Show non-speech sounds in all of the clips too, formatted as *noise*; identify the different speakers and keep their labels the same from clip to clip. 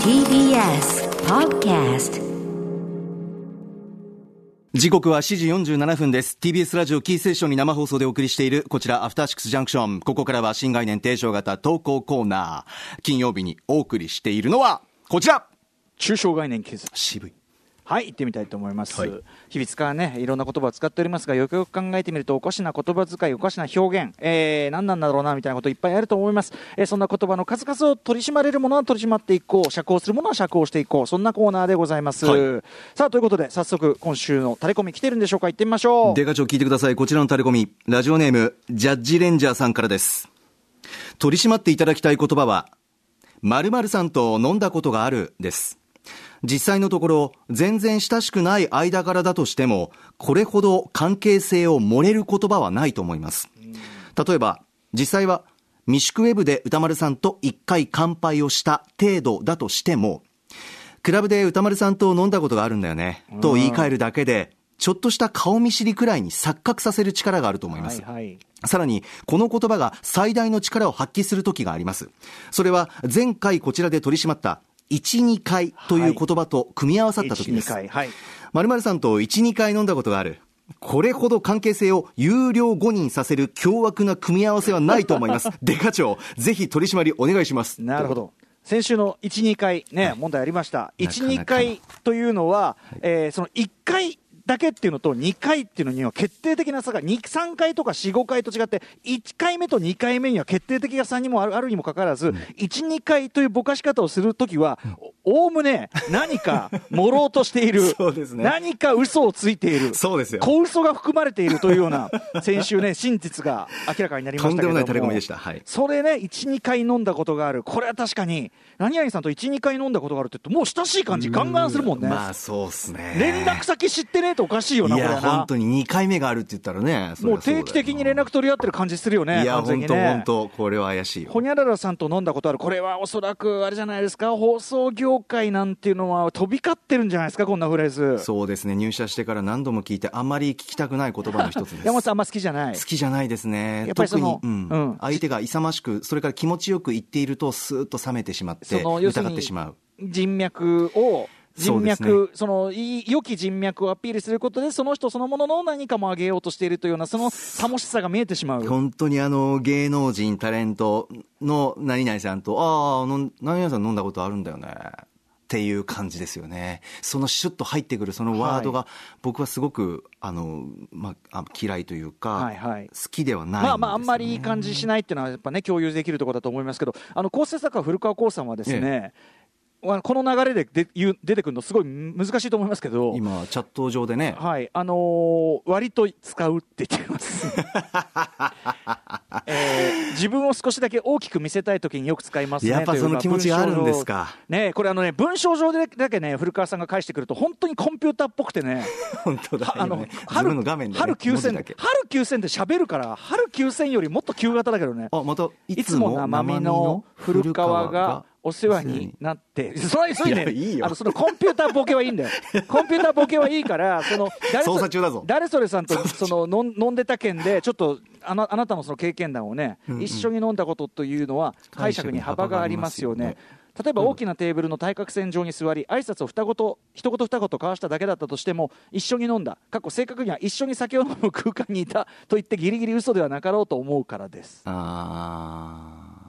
Speaker 1: TBS Podcast
Speaker 2: 時刻は7時47分です TBS ラジオキーステーションに生放送でお送りしているこちらアフターシックスジャンクションここからは新概念提唱型投稿コーナー金曜日にお送りしているのはこちら
Speaker 3: 中小概念検査
Speaker 2: 渋い
Speaker 3: はい行ってみたいと思います、
Speaker 2: はい
Speaker 3: 日々使うねいろんな言葉を使っておりますがよくよく考えてみるとおかしな言葉遣いおかしな表現、えー、何なんだろうなみたいなこといっぱいあると思います、えーそんな言葉の数々を取り締まれるものは取り締まっていこう社交するものは社交していこうそんなコーナーでございます、
Speaker 2: は
Speaker 3: さあということで早速今週のタレコミ来てるんでしょうか行ってみましょう
Speaker 2: デカ長聞いてくださいこちらのタレコミラジオネームジャッジレンジャーさんからです取り締まっていただきたい言葉は〇〇さんと飲んだことがあるです実際のところ全然親しくない間柄だとしてもこれほど関係性を漏れる言葉はないと思います例えば実際は未宿ウェブで歌丸さんと一回乾杯をした程度だとしてもクラブで歌丸さんと飲んだことがあるんだよね、と言い換えるだけで、ちょっとした顔見知りくらいに錯覚させる力があると思いま
Speaker 3: は
Speaker 2: す。
Speaker 3: いはい
Speaker 2: さらに、この言葉が最大の力を発揮する時があります。それは、前回こちらで取り締まった、1、2回という言葉と組み合わさった時です。
Speaker 3: 1 2回はい
Speaker 2: 〇〇さんと1、2回飲んだことがある。これほど関係性を有料誤認させる凶悪な組み合わせはないと思い
Speaker 3: *laughs*
Speaker 2: ます。デカ長、ぜひ取り締まりお願いします。
Speaker 3: なるほ。ど。先週の1、2回ね、問題ありました。
Speaker 2: なか
Speaker 3: 1、
Speaker 2: なか。
Speaker 3: 2回というのは、えーその1回だけっていうのと2回っていうのには決定的な差が2、3回とか4、5回と違って、1回目と2回目には決定的な差にもあるあるにもかかわらず、1、2回というぼかし方をするときは、おおむね何かもろうとしている
Speaker 2: *laughs* そうですね
Speaker 3: 何か嘘をついている。
Speaker 2: そうですよ
Speaker 3: 小嘘が含まれているというような、先週ね、真実が明らかになり
Speaker 2: と
Speaker 3: ましたけれども。
Speaker 2: んでもないタレコミでしたはい
Speaker 3: それね、1、2回飲んだことがある、これは確かに、何々さんと1、2回飲んだことがあるって言うと、もう親しい感じ、ガンガンするもんね。
Speaker 2: まあ、そうっすね。
Speaker 3: 連絡先知ってねえとおかしいよな、
Speaker 2: い
Speaker 3: これは
Speaker 2: や、
Speaker 3: な
Speaker 2: 本。当に2回目があるって言ったらね、そり
Speaker 3: も
Speaker 2: ゃ
Speaker 3: う
Speaker 2: そうだよ
Speaker 3: 定期的に連絡取り合ってる感じするよね、
Speaker 2: いや、
Speaker 3: 完全
Speaker 2: 本
Speaker 3: に
Speaker 2: 当
Speaker 3: ね
Speaker 2: 本。当これは怪しいよ。
Speaker 3: ほにゃららさんと飲んだことある、これはおそらくあれじゃないですか、放送業界なんていうのは飛び交ってるんじゃないですか、こんなフレーズ。
Speaker 2: そうですね、入社してから何度も聞いて、あんまり聞きたくない言葉の一つです。
Speaker 3: 山本さん、あんま好きじゃない
Speaker 2: 好。きじゃないですね
Speaker 3: やっ。ぱり
Speaker 2: 特
Speaker 3: そ
Speaker 2: に
Speaker 3: の、
Speaker 2: うん
Speaker 3: うん
Speaker 2: 相手が勇ましく、それから気持ちよく言っていると、スーッと冷めてしまって、
Speaker 3: その要する
Speaker 2: 疑っ
Speaker 3: に
Speaker 2: てしまう。
Speaker 3: 人脈を
Speaker 2: そう
Speaker 3: 人
Speaker 2: です
Speaker 3: 脈
Speaker 2: ね
Speaker 3: そ,、のいい良き人脈をアピールすることでその人そのものの何かも上げようとしているというようなその楽しさが見えてしまう。
Speaker 2: 本当にあの、芸能人、タレントの何々さんと、ああ、あの何々さん飲んだことあるんだよね。っていう感じですよね。そのシュッと入ってくるそのワードが、僕はすごく、あの、まあ、あ嫌いというか、
Speaker 3: はいはい
Speaker 2: 好きではないんです、ね。
Speaker 3: まあまあ、あんまりいい感じしないっていうのは、やっぱね、共有できるところだと思いますけど、あの構成作家、古川光さんはですね、あのこの流れでで言う出てくるの、すごい難しいと思いますけど、
Speaker 2: 今、チャット上でね、
Speaker 3: はい、あのー割と使うって言って
Speaker 2: *laughs*
Speaker 3: ます、えー自分を少しだけ大きく見せたいときによく使いますね
Speaker 2: やっぱ
Speaker 3: というか
Speaker 2: その気持ちがあるんですか
Speaker 3: 文章上ねこれあのね文章上でだけね古川さんが返してくると本当にコンピューターっぽくてね
Speaker 2: *laughs* 本当だ、
Speaker 3: あ
Speaker 2: あ
Speaker 3: の
Speaker 2: の、自分の画面で、ね、
Speaker 3: 春
Speaker 2: 文字だ
Speaker 3: 9000春
Speaker 2: け
Speaker 3: 9000で喋るから春9000よりもっと旧型だけどね
Speaker 2: あ、また、
Speaker 3: いつも生身の古川がお世話になって、それはそれね、
Speaker 2: いやいいよ
Speaker 3: あのそのコンピューターボケはいいんだよ。コンピューターボケはいいから、その誰そ
Speaker 2: 捜査中だぞ
Speaker 3: 誰それさんとその飲ん飲んでた件で、ちょっとあなあなたのその経験談をね、
Speaker 2: うんうん
Speaker 3: 一緒に飲んだことというのは解釈に幅がありますよ
Speaker 2: 解釈に幅がありま
Speaker 3: ね
Speaker 2: す。
Speaker 3: 例えば大きなテーブルの対角線上に座り挨拶を二言一言二言交わしただけだったとしても一緒に飲んだ過去正確には一緒に酒を飲む空間にいたと言ってギリギリ嘘ではなかろうと思うからです
Speaker 2: あ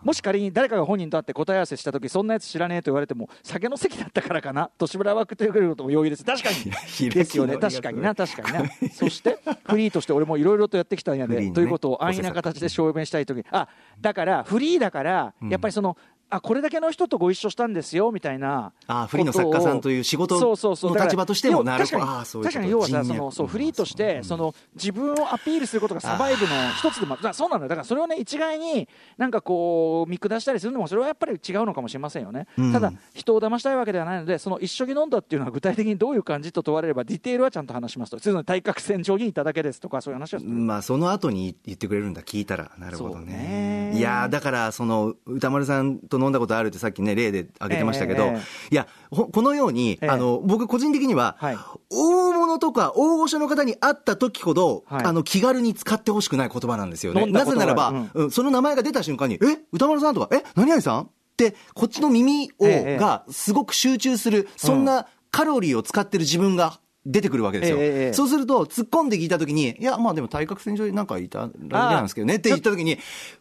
Speaker 3: もし仮に誰かが本人と会って答え合わせした時そんなやつ知らねえと言われても酒の席だったからかなとしぶらわくと言われることも容易です確かに
Speaker 2: 開き直りがすごい
Speaker 3: ですよね確かにな確かになそしてフリーとして俺もいろいろとやってきたんやで、
Speaker 2: フリーのね
Speaker 3: ということを安易な形で証明したい時にあだからフリーだから
Speaker 2: ん
Speaker 3: やっぱりその、あこれだけの人とご一緒したんですよみたいな
Speaker 2: あーフリーの作家さんという仕事
Speaker 3: そうそうそう
Speaker 2: の
Speaker 3: だから
Speaker 2: 立場としても
Speaker 3: 要
Speaker 2: なるほど
Speaker 3: 確か
Speaker 2: あー
Speaker 3: に
Speaker 2: そういうこと
Speaker 3: 確かに要はさ
Speaker 2: 人
Speaker 3: そ
Speaker 2: 脈
Speaker 3: のそうフリーとし
Speaker 2: う
Speaker 3: て
Speaker 2: ん
Speaker 3: その自分をアピールすることがサバイブの一つでもあるだからそうなんだよだからそれをね一概になんかこう見下したりするのもそれはやっぱり違うのかもしれませんよね、
Speaker 2: うん
Speaker 3: ただ人を騙したいわけではないのでその一緒に飲んだっていうのは具体的にどういう感じと問われればディテールはちゃんと話しますとそれの対角線上にいただけですとかそういう話をす
Speaker 2: ー
Speaker 3: る、
Speaker 2: まあ、その後に言ってくれるんだ、聞いたら。なるほどね。
Speaker 3: そうね
Speaker 2: いやーだから、その、歌丸さんと飲んだことあるってさっきね、例で挙げてましたけど、
Speaker 3: えええ
Speaker 2: いや、ほこのように、
Speaker 3: ええ
Speaker 2: あの、僕個人的には、
Speaker 3: はい
Speaker 2: 大物とか大御所の方に会った時ほど、
Speaker 3: はい
Speaker 2: あの、気軽に使ってほしくない言葉なんですよね。
Speaker 3: 飲んだ
Speaker 2: な
Speaker 3: こ
Speaker 2: ぜ
Speaker 3: とが
Speaker 2: な
Speaker 3: ある
Speaker 2: らば、
Speaker 3: うん
Speaker 2: うんその名前が出た瞬間に、え歌丸さんとか、え何々さんって、こっちの耳を、
Speaker 3: ええ
Speaker 2: がすごく集中する、そんなカロリーを使ってる自分が、出てくるわけですよ、
Speaker 3: ええええ
Speaker 2: そうすると、突っ込んで聞いたときに、いや、まあでも対角線上になんかいたらいなんですけどねって言ったときに、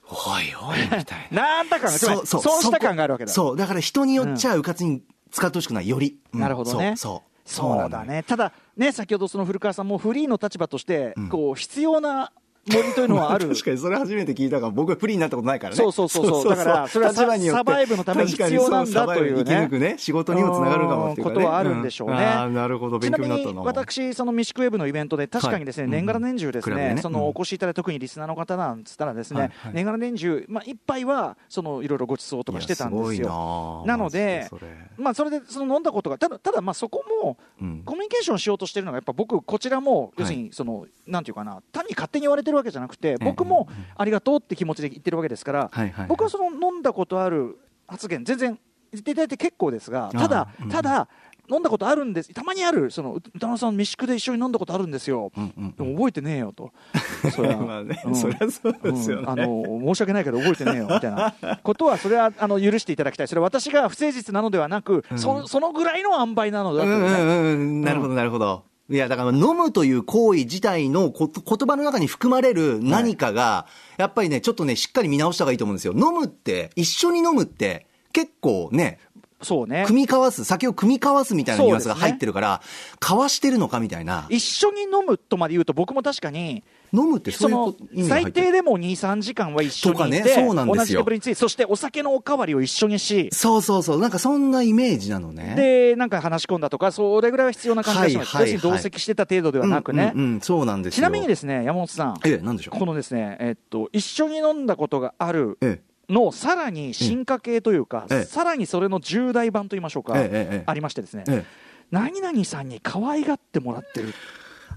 Speaker 2: おいおい、み
Speaker 3: *laughs*
Speaker 2: たいな。
Speaker 3: なんだかが、つまりそうした感があるわけだ。
Speaker 2: そう、だから人によっちゃうかつに使ってほしくない、より。うん
Speaker 3: なるほどね。
Speaker 2: そう。
Speaker 3: そう
Speaker 2: なん
Speaker 3: だ
Speaker 2: よ。
Speaker 3: ね。ただ、ね、先ほどその古川さんもフリーの立場として、こう、必要な森というのはあ *laughs*
Speaker 2: *laughs*
Speaker 3: る。
Speaker 2: 確かにそれ初めて聞いたから僕は不利になったことないからね
Speaker 3: そうそうそうそうだからそれはサ
Speaker 2: 立場によって
Speaker 3: サバイブのために必要なんだというね
Speaker 2: 確かにそサバイブ生き抜くね仕事にもつながるかもっていうか、ね、
Speaker 3: うんことはあるんでしょうね。
Speaker 2: んあーなるほど勉強になった
Speaker 3: ちなみ
Speaker 2: な
Speaker 3: に私、そのミシクウェブのイベントで、確かにですね、
Speaker 2: はい
Speaker 3: 年がら年中です
Speaker 2: クラブ
Speaker 3: ね、
Speaker 2: でね
Speaker 3: そ
Speaker 2: うん
Speaker 3: のお越しいただいた特にリスナーの方なんつったらですね、
Speaker 2: はいはい
Speaker 3: 年がら年中、まあ、一杯は、その、いろいろご馳走とかしてたんです
Speaker 2: いやす
Speaker 3: よ。
Speaker 2: ごいな
Speaker 3: なの
Speaker 2: マ
Speaker 3: で
Speaker 2: ジそれ
Speaker 3: まあ、それで、その飲んだことが、ただ、ただ、まあ、そこも、
Speaker 2: うん
Speaker 3: コミュニケーションしようとしてるのが、やっぱ僕、こちらも、
Speaker 2: い
Speaker 3: 要するに、その、なんていうかな、単に勝手に言われてるわけじゃなくて、僕もありがとうって気持ちで言ってるわけですから
Speaker 2: はいはいはい、
Speaker 3: 僕はその飲んだことある発言、全然言っていただいて結構ですが、ただ
Speaker 2: あーうん、
Speaker 3: ただ、飲んだことあるんです、たまにある、その、う歌野さん、飯宿で一緒に飲んだことあるんですよ。
Speaker 2: うんうん
Speaker 3: でも覚えてねえよ
Speaker 2: *laughs*
Speaker 3: と。 *laughs* そりゃ
Speaker 2: まあね、
Speaker 3: うん
Speaker 2: そりゃそうですよね、
Speaker 3: うんあの申し訳ないけど覚えてねえよみたいなことはそれはあの許していただきたいそれは私が不誠実なのではなく、そそのぐらいの塩梅なのだというね、
Speaker 2: うんうんうん、なるほど、なるほど。いや、だから飲むという行為自体のこと言葉の中に含まれる何かが、やっぱりね、ちょっとね、しっかり見直した方がいいと思うんですよ。飲むって、一緒に飲むって、結構ね、
Speaker 3: そうね
Speaker 2: 組み交わす、酒を組み交わすみたいなニュアンスが
Speaker 3: そうですね
Speaker 2: 入ってるから、交わしてるのかみたいな。
Speaker 3: 一緒に飲むとまで言うと僕も確かに
Speaker 2: 飲むってそ
Speaker 3: そう
Speaker 2: いう
Speaker 3: の
Speaker 2: こ意味が入
Speaker 3: 最
Speaker 2: ってる
Speaker 3: 低でも23時間は一緒にいて、
Speaker 2: とかねそうなんですよ
Speaker 3: 同じテーブルについてそしてお酒のおかわりを一緒にし
Speaker 2: そうそうそう、なんかそんなイメージなのね。
Speaker 3: でなんか話し込んだとかそれぐらいは必要な感じがします、
Speaker 2: はいはいはい
Speaker 3: 要するに同席してた程度ではなくね、
Speaker 2: うんうんうんそうなんですよ。。
Speaker 3: ちなみにですすね山本さん
Speaker 2: ええ、なんでしょう。
Speaker 3: このですね、えっと、一緒に飲んだことがある
Speaker 2: え
Speaker 3: のさらに進化系というか、
Speaker 2: ええ
Speaker 3: さらにそれの重大版といいましょうか、
Speaker 2: ええええ
Speaker 3: ありましてですね、
Speaker 2: え、ええ。
Speaker 3: 何々さんに可愛がってもらってる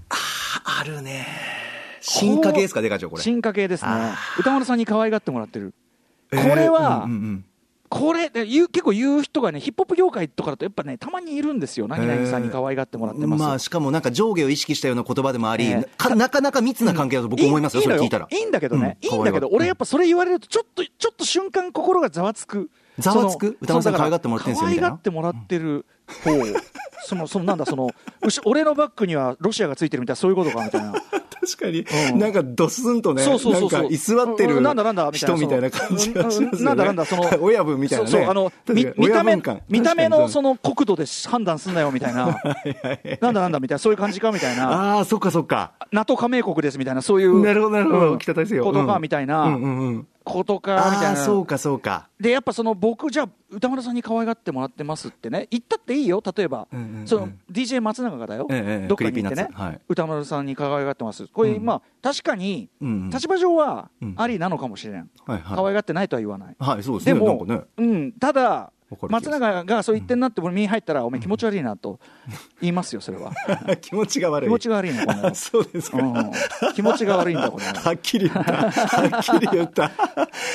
Speaker 2: あるね。進化系ですか、デカ長これ。
Speaker 3: 進化系ですね
Speaker 2: あ
Speaker 3: 歌丸さんに可愛がってもらってる
Speaker 2: え
Speaker 3: こ
Speaker 2: え
Speaker 3: れは、
Speaker 2: うんうんうん
Speaker 3: これで言う結構言う人がねヒップホップ業界とかだとやっぱねたまにいるんですよ何々さんに可愛がってもらってます、
Speaker 2: あ、しかもなんか上下を意識したような言葉でもあり、
Speaker 3: ええ
Speaker 2: かなかなか密な関係だと僕思いますよ、
Speaker 3: いい
Speaker 2: そ
Speaker 3: の
Speaker 2: れ聞いたら。
Speaker 3: いいんだけどね、
Speaker 2: うん
Speaker 3: いいんだけ
Speaker 2: 可愛が
Speaker 3: ど、
Speaker 2: って
Speaker 3: 俺やっぱそれ言われると、ちょっと、ちょっと瞬間心がざわつく。
Speaker 2: ざわつく
Speaker 3: そ
Speaker 2: 歌
Speaker 3: の
Speaker 2: 丸さん
Speaker 3: そのだら
Speaker 2: 可愛がってもらってんすよみたいな
Speaker 3: 可愛がってもらってる方、
Speaker 2: *laughs*
Speaker 3: その、その、なんだ、その、うし俺のバッグにはロシアがついてるみたいな、そういうことか、みたいな。
Speaker 2: 確かに、
Speaker 3: うん
Speaker 2: なんかドスンとね、
Speaker 3: そうそうそうそう
Speaker 2: なんか居座って
Speaker 3: うんう
Speaker 2: る
Speaker 3: んなんだなんだみたいな
Speaker 2: 人みたいな感じがしますよね。
Speaker 3: うんうんなんだなんだその
Speaker 2: 親 *laughs* 分みたいなね。
Speaker 3: そうそうあの
Speaker 2: 確
Speaker 3: み
Speaker 2: かに
Speaker 3: 見た
Speaker 2: *laughs* 親
Speaker 3: 目
Speaker 2: 分感
Speaker 3: 見た目
Speaker 2: 確か
Speaker 3: の
Speaker 2: に
Speaker 3: その国土で判断すんなよ
Speaker 2: *laughs*
Speaker 3: みたいななんだなんだみたいなそういう感じかみたいな
Speaker 2: ああ、そっかそっか。
Speaker 3: NATO 加盟国ですみたいなそういう
Speaker 2: なるほどなるほど
Speaker 3: うん
Speaker 2: 北大西洋
Speaker 3: こと
Speaker 2: う
Speaker 3: か
Speaker 2: ん
Speaker 3: みたい
Speaker 2: うん
Speaker 3: な
Speaker 2: うんうん。
Speaker 3: ことかみた
Speaker 2: あ
Speaker 3: い
Speaker 2: あ、
Speaker 3: な
Speaker 2: そうかそうか。
Speaker 3: でやっぱその僕じゃあ歌丸さんに可愛がってもらってますってね言ったっていいよ例えば、
Speaker 2: うんうんうん
Speaker 3: その DJ 松永がだよ、
Speaker 2: ええええ
Speaker 3: どっかに行って
Speaker 2: クリー
Speaker 3: ね
Speaker 2: ピーナッツはい
Speaker 3: 歌丸さんに可愛がってますこれ、
Speaker 2: うん
Speaker 3: まあ確かに
Speaker 2: うんうん
Speaker 3: 立場上は
Speaker 2: うん
Speaker 3: ありなのかもしれん、
Speaker 2: はい
Speaker 3: 可
Speaker 2: は
Speaker 3: 愛がってないとは言わない、
Speaker 2: い。はい、そうです
Speaker 3: で
Speaker 2: ね。
Speaker 3: も、
Speaker 2: なんかね。
Speaker 3: うん、ただ
Speaker 2: わかる気がす
Speaker 3: 松
Speaker 2: る
Speaker 3: 永がそう言ってんなって俺に入ったら、お前気持ち悪いなと言いますよそれは
Speaker 2: 気持ちが *laughs* 悪い。
Speaker 3: 気持ちが悪いなこの
Speaker 2: *laughs* あそうですか。
Speaker 3: うん気持ちが悪いんだこの
Speaker 2: はっきり言った。はっきり言
Speaker 3: *laughs*
Speaker 2: った。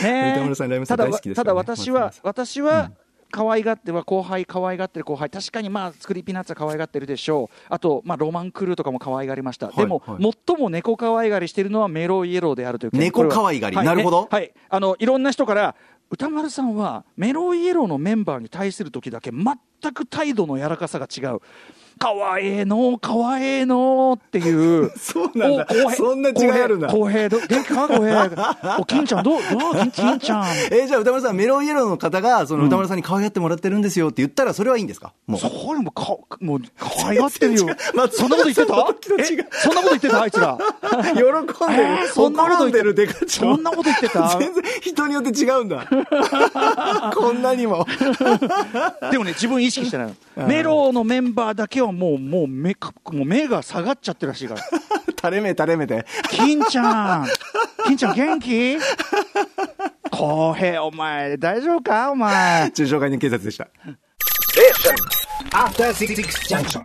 Speaker 3: ねえ
Speaker 2: 歌丸さんライムさん
Speaker 3: ただ
Speaker 2: 大好きです
Speaker 3: た
Speaker 2: から
Speaker 3: だ
Speaker 2: ね
Speaker 3: 私は
Speaker 2: 松、
Speaker 3: 私は可愛がっては後輩、可愛がってる後輩、確かにまあ、スクリーピーナッツは可愛がってるでしょう、あと、まあ、ロマンクルーとかも可愛がりました、
Speaker 2: い
Speaker 3: でも、
Speaker 2: はい
Speaker 3: 最も猫可愛がりしてるのはメロイエローであるという
Speaker 2: 猫
Speaker 3: これは
Speaker 2: 可愛がり
Speaker 3: はい
Speaker 2: なるほど
Speaker 3: ねはい、あのいろんな人から、歌丸さんはメロイエローのメンバーに対する時だけ、全く態度の柔らかさが違う。可愛いの、可愛いのっていう。
Speaker 2: *laughs* そうなんだ
Speaker 3: お公平
Speaker 2: そんな違いあるんだ
Speaker 3: 公平、公平ど元気か公平。お、金ちゃん、どう、ど
Speaker 2: *laughs*
Speaker 3: う、金金ちゃん。
Speaker 2: えーじゃあ歌丸さん、メロンイエローの方が、その歌丸さんに可愛がってもらってるんですよって言ったら、それはいいんですかもう。
Speaker 3: それもか、もう、可愛がってるよ。
Speaker 2: 松
Speaker 3: そんなこと言って
Speaker 2: 本さんの
Speaker 3: た
Speaker 2: 時と違う
Speaker 3: えそんなこと言ってたあい
Speaker 2: *laughs*
Speaker 3: つら。
Speaker 2: 喜んでる
Speaker 3: えー。そんなこと
Speaker 2: 喜
Speaker 3: 言
Speaker 2: ん
Speaker 3: って
Speaker 2: でるデカ長
Speaker 3: そんなこと言ってた
Speaker 2: 全然人によって違うん
Speaker 3: *laughs*
Speaker 2: だ。こんなにも。 *laughs*
Speaker 3: でもね、自分意識してないの。メロのメンバーだけはもう、もう目か、もう目が下がっちゃってるらしいから。
Speaker 2: 垂れ目垂れ目で。
Speaker 3: 金ちゃん金ちゃん元気公平、お前、大丈夫かお前。
Speaker 2: 中小概念警察でした。
Speaker 4: After Six Junction.